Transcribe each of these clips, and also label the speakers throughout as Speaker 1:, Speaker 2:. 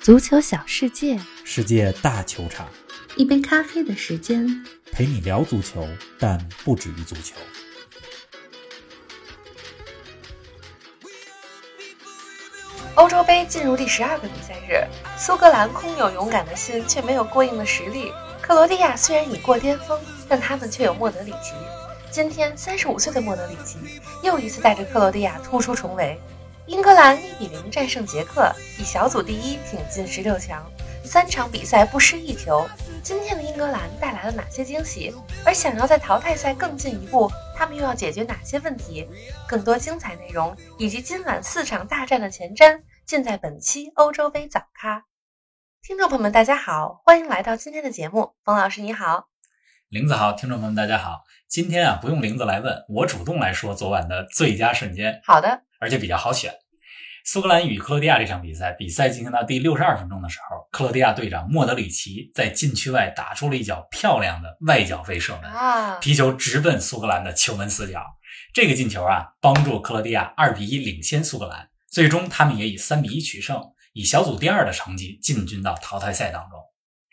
Speaker 1: 足球小世界，
Speaker 2: 世界大球场，
Speaker 1: 一杯咖啡的时间。
Speaker 2: 陪你聊足球，但不止于足球。
Speaker 3: 欧洲杯进入第十二个比赛日，苏格兰空有勇敢的心，却没有过硬的实力。克罗地亚虽然已过巅峰，但他们却有莫德里奇。今天，三十五岁的莫德里奇又一次带着克罗地亚突出重围。英格兰一比零战胜捷克，以小组第一挺进十六强，三场比赛不失一球。今天的英格兰带来了哪些惊喜？而想要在淘汰赛更进一步，他们又要解决哪些问题？更多精彩内容以及今晚四场大战的前瞻，尽在本期欧洲杯早咖。听众朋友们，大家好，欢迎来到今天的节目。冯老师你好，
Speaker 2: 林子好，听众朋友们，大家好。今天啊，不用林子来问，我主动来说昨晚的最佳瞬间，
Speaker 3: 好的，
Speaker 2: 而且比较好选。苏格兰与克罗地亚这场比赛，比赛进行到第六十二分钟的时候，克罗地亚队长莫德里奇在禁区外打出了一脚漂亮的外脚背射门，
Speaker 3: 啊，
Speaker 2: 皮球直奔苏格兰的球门死角。这个进球啊，帮助克罗地亚二比一领先苏格兰，最终他们也以三比一取胜，以小组第二的成绩进军到淘汰赛当中。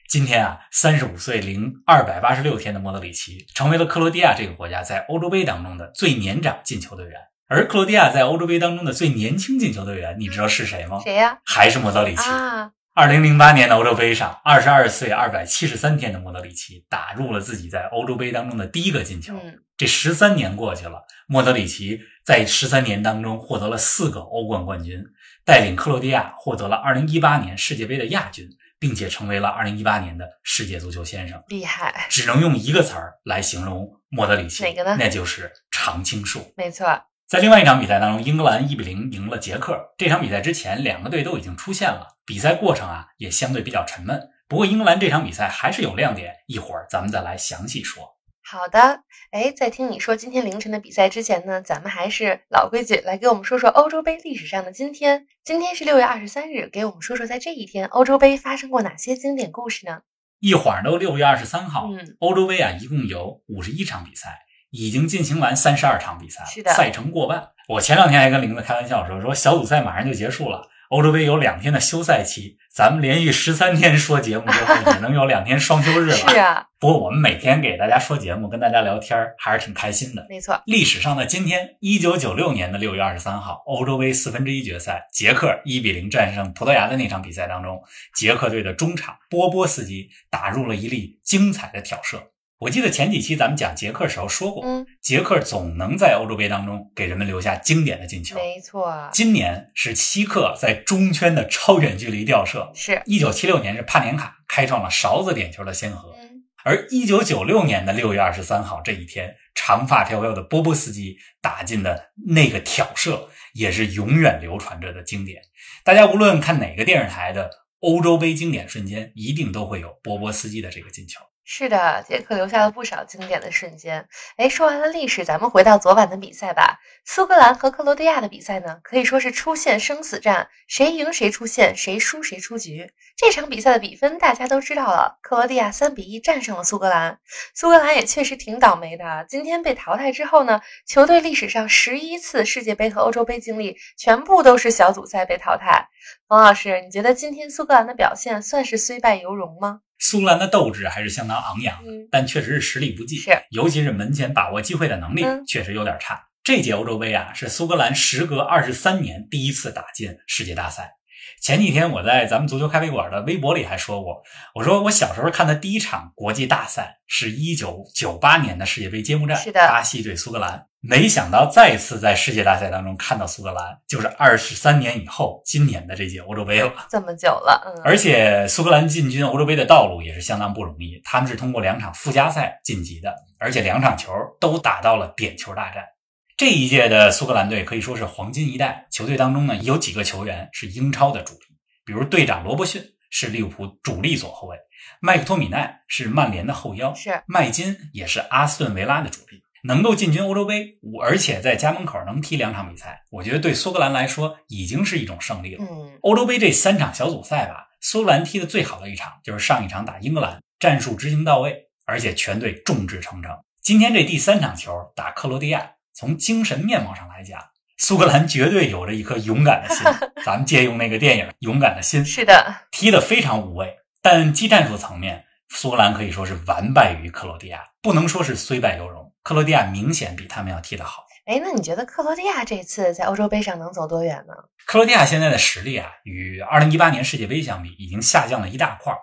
Speaker 2: 今天啊，三十五岁零二百八十六天的莫德里奇成为了克罗地亚这个国家在欧洲杯当中的最年长进球队员。而克罗地亚在欧洲杯当中的最年轻进球队员，你知道是谁吗？
Speaker 3: 谁呀、
Speaker 2: 还是莫德里奇。
Speaker 3: 啊，
Speaker 2: 二零零八年的欧洲杯上，二十二岁二百七十三天的莫德里奇打入了自己在欧洲杯当中的第一个进球。
Speaker 3: 嗯，
Speaker 2: 这十三年过去了，莫德里奇在十三年当中获得了四个欧冠冠军，带领克罗地亚获得了二零一八年世界杯的亚军，并且成为了二零一八年的世界足球先生。
Speaker 3: 厉害，
Speaker 2: 只能用一个词儿来形容莫德里奇，
Speaker 3: 哎哪个呢
Speaker 2: 那就是常青树。
Speaker 3: 没错，
Speaker 2: 在另外一场比赛当中，英格兰一比零赢了捷克。这场比赛之前，两个队都已经出现了，比赛过程啊也相对比较沉闷。不过英格兰这场比赛还是有亮点，一会儿咱们再来详细说。
Speaker 3: 好的，哎，在听你说今天凌晨的比赛之前呢，咱们还是老规矩，来给我们说说欧洲杯历史上的今天。今天是六月二十三日，给我们说说在这一天欧洲杯发生过哪些经典故事呢？
Speaker 2: 一晃儿都六月二十三号，
Speaker 3: 嗯，
Speaker 2: 欧洲杯啊一共有五十一场比赛，已经进行完三十二场比赛了，
Speaker 3: 是的
Speaker 2: 赛程过半。我前两天还跟玲子开玩笑说，说小组赛马上就结束了，欧洲杯有两天的休赛期，咱们连续十三天说节目之后，只能有两天双休日了。
Speaker 3: 是啊，
Speaker 2: 不过我们每天给大家说节目，跟大家聊天儿还是挺开心的。
Speaker 3: 没错，
Speaker 2: 历史上的今天，一九九六年的六月二十三号，欧洲杯四分之一决赛，捷克一比零战胜葡萄牙的那场比赛当中，捷克队的中场波波斯基打入了一粒精彩的挑射。我记得前几期咱们讲捷克时候说过，
Speaker 3: 嗯，
Speaker 2: 捷克总能在欧洲杯当中给人们留下经典的进球。
Speaker 3: 没错，
Speaker 2: 今年是希克在中圈的超远距离吊射，
Speaker 3: 是，
Speaker 2: 一九七六年是帕年卡开创了勺子点球的先河。
Speaker 3: 嗯，
Speaker 2: 而一九九六年的六月二十三号这一天，长发飘飘的波波斯基打进的那个挑射，也是永远流传着的经典。大家无论看哪个电视台的欧洲杯经典瞬间，一定都会有波波斯基的这个进球。
Speaker 3: 是的，杰克留下了不少经典的瞬间。哎，说完了历史，咱们回到昨晚的比赛吧。苏格兰和克罗地亚的比赛呢，可以说是出现生死战，谁赢谁出线，谁输谁出局。这场比赛的比分大家都知道了，克罗地亚三比一战胜了苏格兰。苏格兰也确实挺倒霉的，今天被淘汰之后呢，球队历史上十一次世界杯和欧洲杯经历，全部都是小组赛被淘汰。冯老师，你觉得今天苏格兰的表现算是虽败犹荣吗？
Speaker 2: 苏格兰的斗志还是相当昂扬，
Speaker 3: 嗯，
Speaker 2: 但确实是实力不济，
Speaker 3: 是
Speaker 2: 尤其是门前把握机会的能力
Speaker 3: 嗯
Speaker 2: 确实有点差。这届欧洲杯啊，是苏格兰时隔二十三年第一次打进世界大赛。前几天我在咱们足球咖啡馆的微博里还说过，我说我小时候看的第一场国际大赛是一九九八年的世界杯揭幕战，
Speaker 3: 是的
Speaker 2: 巴西对苏格兰。没想到再次在世界大赛当中看到苏格兰，就是二十三年以后今年的这届欧洲杯了。
Speaker 3: 这么久了，嗯，
Speaker 2: 而且苏格兰进军欧洲杯的道路也是相当不容易，他们是通过两场附加赛晋级的，而且两场球都打到了点球大战。这一届的苏格兰队可以说是黄金一代，球队当中呢有几个球员是英超的主力，比如队长罗伯逊是利物浦主力左后卫，麦克托米奈是曼联的后腰，
Speaker 3: 是
Speaker 2: 麦金也是阿斯顿维拉的主力，能够进军欧洲杯，我而且在家门口能踢两场比赛，我觉得对苏格兰来说已经是一种胜利了。
Speaker 3: 嗯，
Speaker 2: 欧洲杯这三场小组赛吧，苏格兰踢的最好的一场就是上一场打英格兰，战术执行到位，而且全队众志成城。今天这第三场球打克罗地亚，从精神面貌上来讲，苏格兰绝对有着一颗勇敢的心，咱们借用那个电影《勇敢的心》，
Speaker 3: 是的，
Speaker 2: 踢得非常无畏。但技战术层面，苏格兰可以说是完败于克罗地亚，不能说是虽败犹荣。克罗地亚明显比他们要踢得好。
Speaker 3: 哎，那你觉得克罗地亚这次在欧洲杯上能走多远呢？
Speaker 2: 克罗地亚现在的实力啊，与2018年世界杯相比，已经下降了一大块儿。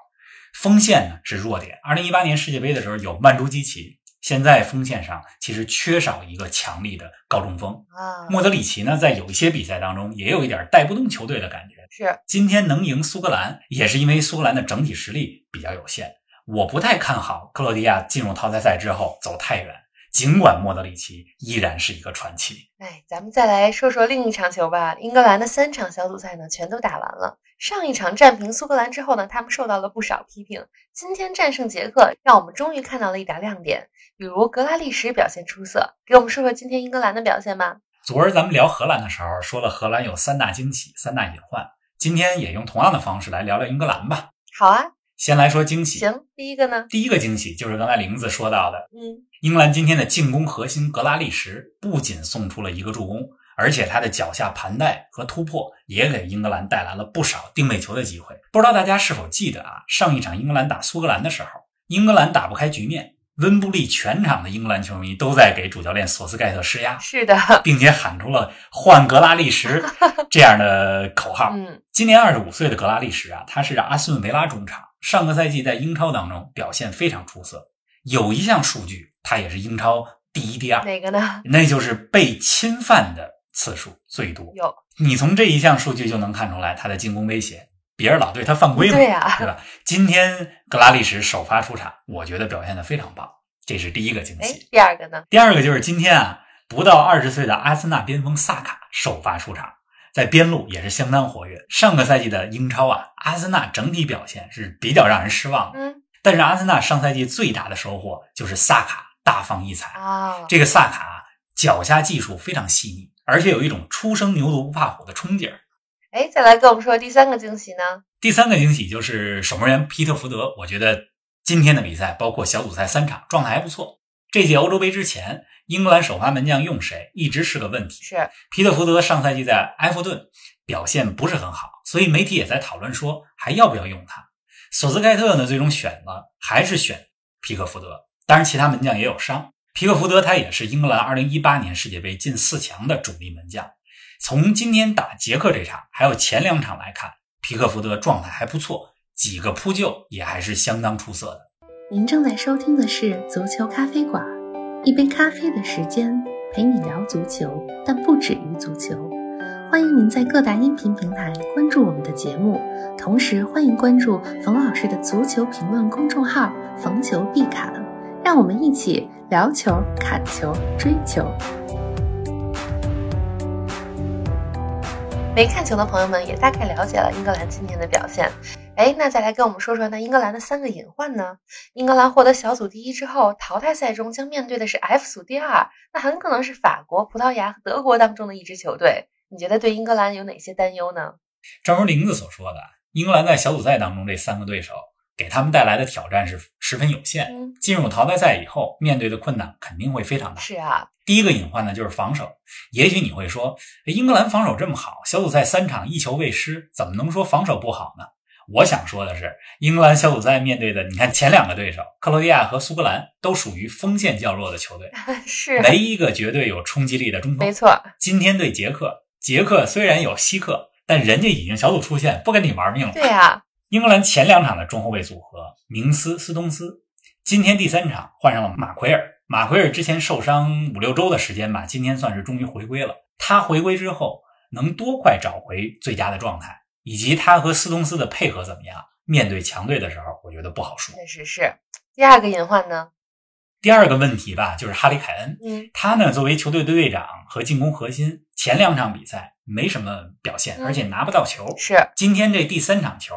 Speaker 2: 锋线呢是弱点。2018年世界杯的时候有曼朱基奇，现在锋线上其实缺少一个强力的高中锋。
Speaker 3: 啊，
Speaker 2: 莫德里奇呢，在有一些比赛当中也有一点带不动球队的感觉。
Speaker 3: 是
Speaker 2: 今天能赢苏格兰，也是因为苏格兰的整体实力比较有限。我不太看好克罗地亚进入淘汰赛之后走太远，尽管莫德里奇依然是一个传奇。
Speaker 3: 哎，咱们再来说说另一场球吧。英格兰的三场小组赛呢，全都打完了。上一场战平苏格兰之后呢，他们受到了不少批评。今天战胜捷克，让我们终于看到了一打亮点，比如格拉利什表现出色。给我们说说今天英格兰的表现吧。
Speaker 2: 昨儿咱们聊荷兰的时候说了荷兰有三大惊喜、三大隐患，今天也用同样的方式来聊聊英格兰吧。
Speaker 3: 好啊，
Speaker 2: 先来说惊喜，
Speaker 3: 行，第一个呢，
Speaker 2: 第一个惊喜就是刚才玲子说到的，
Speaker 3: 嗯，
Speaker 2: 英格兰今天的进攻核心格拉利什不仅送出了一个助攻，而且他的脚下盘带和突破也给英格兰带来了不少定位球的机会。不知道大家是否记得啊？上一场英格兰打苏格兰的时候，英格兰打不开局面，温布利全场的英格兰球迷都在给主教练索斯盖特施压，
Speaker 3: 是的，
Speaker 2: 并且喊出了“换格拉利什” 这样的口号。
Speaker 3: 嗯，
Speaker 2: 今年二十五岁的格拉利什啊，他是阿斯顿维拉中场，上个赛季在英超当中表现非常出色。有一项数据，他也是英超第一、第二，
Speaker 3: 哪个呢？
Speaker 2: 那就是被侵犯的次数最多。
Speaker 3: 有，
Speaker 2: 你从这一项数据就能看出来他的进攻威胁，别人老对他犯规嘛，
Speaker 3: 对啊
Speaker 2: 对吧？今天格拉利什首发出场，我觉得表现的非常棒，这是第一个惊
Speaker 3: 哎
Speaker 2: 喜。，
Speaker 3: 第二个呢？
Speaker 2: 第二个就是今天啊，不到二十岁的阿森纳边锋萨卡首发出场，在边路也是相当活跃。上个赛季的英超啊，阿森纳整体表现是比较让人失望的。
Speaker 3: 嗯，
Speaker 2: 但是阿森纳上赛季最大的收获就是萨卡大放异彩。
Speaker 3: 啊、
Speaker 2: 这个萨卡啊脚下技术非常细腻，而且有一种初生牛犊不怕虎的冲劲儿。
Speaker 3: 哎，再来跟我们说第三个惊喜呢？
Speaker 2: 第三个惊喜就是守门员皮特福德，我觉得今天的比赛，包括小组赛三场，状态还不错。这届欧洲杯之前，英格兰首发门将用谁一直是个问题。
Speaker 3: 是
Speaker 2: 皮特福德上赛季在埃弗顿表现不是很好，所以媒体也在讨论说还要不要用他。索斯盖特呢，最终选了还是选皮克福德，当然其他门将也有伤。皮克福德他也是英格兰2018年世界杯进四强的主力门将。从今天打捷克这场，还有前两场来看，皮克福德状态还不错，几个扑救也还是相当出色的。
Speaker 1: 您正在收听的是《足球咖啡馆》，一杯咖啡的时间陪你聊足球，但不止于足球。欢迎您在各大音频平台关注我们的节目，同时欢迎关注冯老师的足球评论公众号“冯球必侃”，让我们一起聊球、侃球、追球。
Speaker 3: 没看球的朋友们也大概了解了英格兰今天的表现。哎，那再来跟我们说说那英格兰的三个隐患呢？英格兰获得小组第一之后，淘汰赛中将面对的是 F 组第二，那很可能是法国、葡萄牙和德国当中的一支球队。你觉得对英格兰有哪些担忧呢？
Speaker 2: 正如玲子所说的，英格兰在小组赛当中这三个对手给他们带来的挑战是十分有限。
Speaker 3: 嗯，
Speaker 2: 进入淘汰赛以后，面对的困难肯定会非常大。
Speaker 3: 是啊，
Speaker 2: 第一个隐患呢，就是防守。也许你会说，诶英格兰防守这么好，小组赛三场一球未失，怎么能说防守不好呢？我想说的是，英格兰小组赛面对的，你看前两个对手克罗地亚和苏格兰都属于锋线较弱的球队，
Speaker 3: 是，
Speaker 2: 没一个绝对有冲击力的中锋
Speaker 3: 没。错，
Speaker 2: 今天对捷克，捷克虽然有希克，但人家已经小组出线，不跟你玩命了。
Speaker 3: 对啊，
Speaker 2: 英格兰前两场的中后卫组合明斯、斯通斯，今天第三场换上了马奎尔。马奎尔之前受伤五六周的时间吧，今天算是终于回归了。他回归之后能多快找回最佳的状态，以及他和斯通斯的配合怎么样，面对强队的时候，我觉得不好说。
Speaker 3: 确实是。第二个隐患呢？
Speaker 2: 第二个问题吧，就是哈里凯恩，
Speaker 3: 嗯，
Speaker 2: 他呢作为球队队队长和进攻核心，前两场比赛没什么表现，
Speaker 3: 嗯
Speaker 2: 而且拿不到球。
Speaker 3: 是
Speaker 2: 今天这第三场球，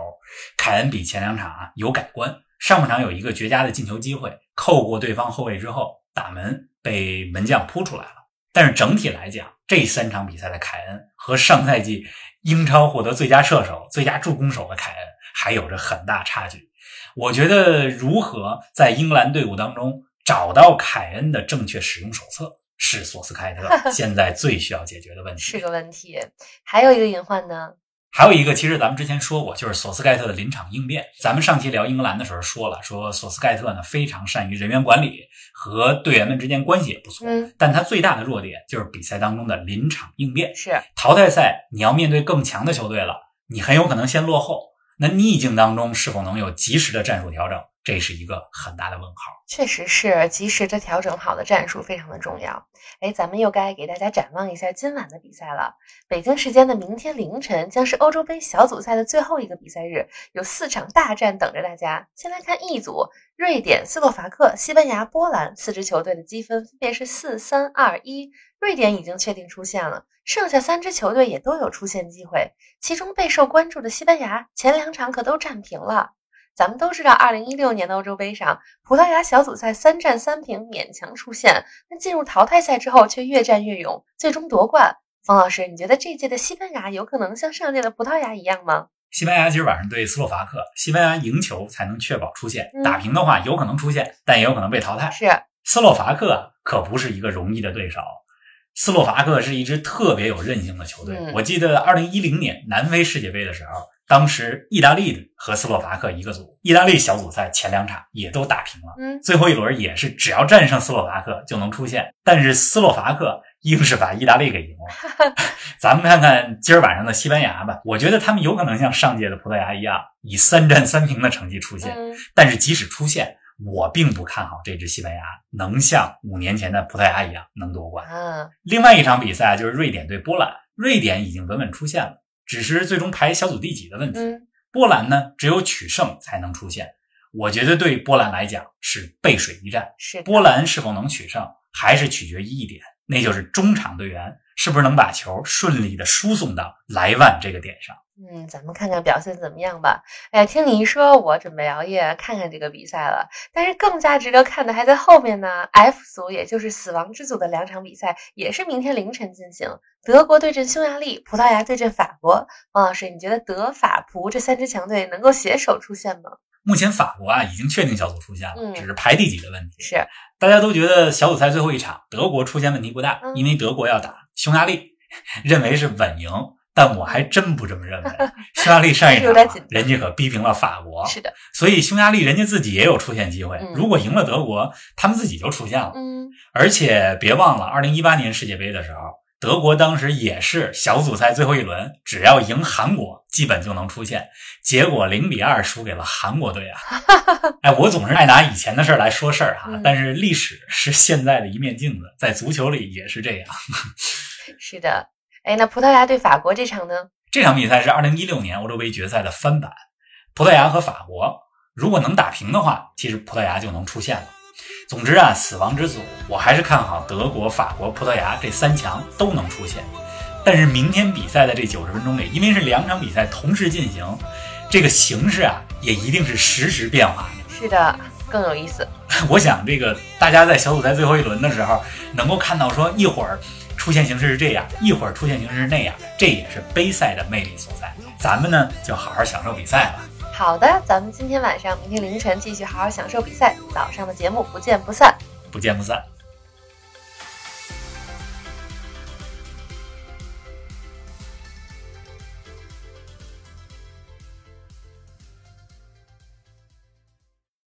Speaker 2: 凯恩比前两场啊有改观。上半场有一个绝佳的进球机会，扣过对方后卫之后打门，被门将扑出来了。但是整体来讲，这三场比赛的凯恩和上赛季英超获得最佳射手、最佳助攻手的凯恩还有着很大差距。我觉得如何在英格兰队伍当中找到凯恩的正确使用手册，是索斯盖特现在最需要解决的问题。
Speaker 3: 是个问题。还有一个隐患呢，
Speaker 2: 还有一个，其实咱们之前说过，就是索斯盖特的临场应变。咱们上期聊英格兰的时候说了，说索斯盖特呢非常善于人员管理和队员们之间关系也不错，
Speaker 3: 嗯，
Speaker 2: 但他最大的弱点就是比赛当中的临场应变。
Speaker 3: 是
Speaker 2: 淘汰赛你要面对更强的球队了，你很有可能先落后。那逆境当中是否能有及时的战术调整，这是一个很大的问号。
Speaker 3: 确实是及时的调整好的战术非常的重要。哎，咱们又该给大家展望一下今晚的比赛了。北京时间的明天凌晨将是欧洲杯小组赛的最后一个比赛日，有四场大战等着大家。先来看 E 组，瑞典、斯洛伐克、西班牙、波兰四支球队的积分分别是四、三、二、一。瑞典已经确定出线了，剩下三支球队也都有出线机会。其中备受关注的西班牙，前两场可都战平了。咱们都知道，二零一六年的欧洲杯上，葡萄牙小组赛三战三平勉强出线，但进入淘汰赛之后却越战越勇，最终夺冠。冯老师，你觉得这届的西班牙有可能像上届的葡萄牙一样吗？
Speaker 2: 西班牙今儿晚上对斯洛伐克，西班牙赢球才能确保出线
Speaker 3: 嗯，
Speaker 2: 打平的话有可能出线，但也有可能被淘汰。
Speaker 3: 是，
Speaker 2: 斯洛伐克可不是一个容易的对手。斯洛伐克是一支特别有韧性的球队。
Speaker 3: 嗯
Speaker 2: 我记得二零一零年南非世界杯的时候，当时意大利和斯洛伐克一个组，意大利小组赛前两场也都打平了，
Speaker 3: 嗯，
Speaker 2: 最后一轮也是只要战胜斯洛伐克就能出线，但是斯洛伐克硬是把意大利给赢了。 咱们看看今儿晚上的西班牙吧，我觉得他们有可能像上届的葡萄牙一样，以三战三平的成绩出线。
Speaker 3: 嗯，
Speaker 2: 但是即使出现，我并不看好这支西班牙能像五年前的葡萄牙一样能夺冠。
Speaker 3: 啊，
Speaker 2: 另外一场比赛啊就是瑞典对波兰，瑞典已经稳稳出线了，只是最终排小组第几的问题。
Speaker 3: 嗯，
Speaker 2: 波兰呢，只有取胜才能出线。我觉得对波兰来讲是背水一战。
Speaker 3: 是的
Speaker 2: 波兰是否能取胜，还是取决于一点，那就是中场队员是不是能把球顺利的输送到莱万这个点上。
Speaker 3: 嗯，咱们看看表现怎么样吧。哎呀，听你一说，我准备熬夜看看这个比赛了。但是更加值得看的还在后面呢。F 组，也就是死亡之组的两场比赛，也是明天凌晨进行。德国对阵匈牙利，葡萄牙对阵法国。王老师，你觉得德法葡这三支强队能够携手出线吗？
Speaker 2: 目前法国啊已经确定小组出线
Speaker 3: 嗯
Speaker 2: 了，只是排第几的问题。
Speaker 3: 是，
Speaker 2: 大家都觉得小组赛最后一场德国出现问题不大
Speaker 3: 嗯，
Speaker 2: 因为德国要打匈牙利， 认为是稳赢。但我还真不这么认 为。匈牙利上一
Speaker 3: 是有
Speaker 2: 场
Speaker 3: 点
Speaker 2: 啊
Speaker 3: 紧张
Speaker 2: 人家可逼平了法国，
Speaker 3: 是的，
Speaker 2: 所以匈牙利人家自己也有出线机会
Speaker 3: 嗯。
Speaker 2: 如果赢了德国，他们自己就出线了。
Speaker 3: 嗯，
Speaker 2: 而且别忘了，二零一八年世界杯的时候，德国当时也是小组赛最后一轮，只要赢韩国，基本就能出线。结果零比二输给了韩国队啊！哎，我总是爱拿以前的事儿来说事儿哈、啊
Speaker 3: 嗯
Speaker 2: 但是历史是现在的一面镜子，在足球里也是这样。
Speaker 3: 是的。哎，那葡萄牙对法国这场呢？
Speaker 2: 这场比赛是二零一六年欧洲杯决赛的翻版，葡萄牙和法国如果能打平的话，其实葡萄牙就能出线了。总之啊，死亡之组，我还是看好德国、法国、葡萄牙这三强都能出线。但是明天比赛的这九十分钟里，因为是两场比赛同时进行，这个形势啊也一定是实时变化的。
Speaker 3: 是的，更有意思。
Speaker 2: 我想这个大家在小组赛最后一轮的时候，能够看到说一会儿出现形式是这样，一会儿出现形式是那样，这也是杯赛的魅力所在。咱们呢就好好享受比赛吧。
Speaker 3: 好的，咱们今天晚上、明天凌晨继续好好享受比赛，早上的节目不见不散。
Speaker 2: 不见不散。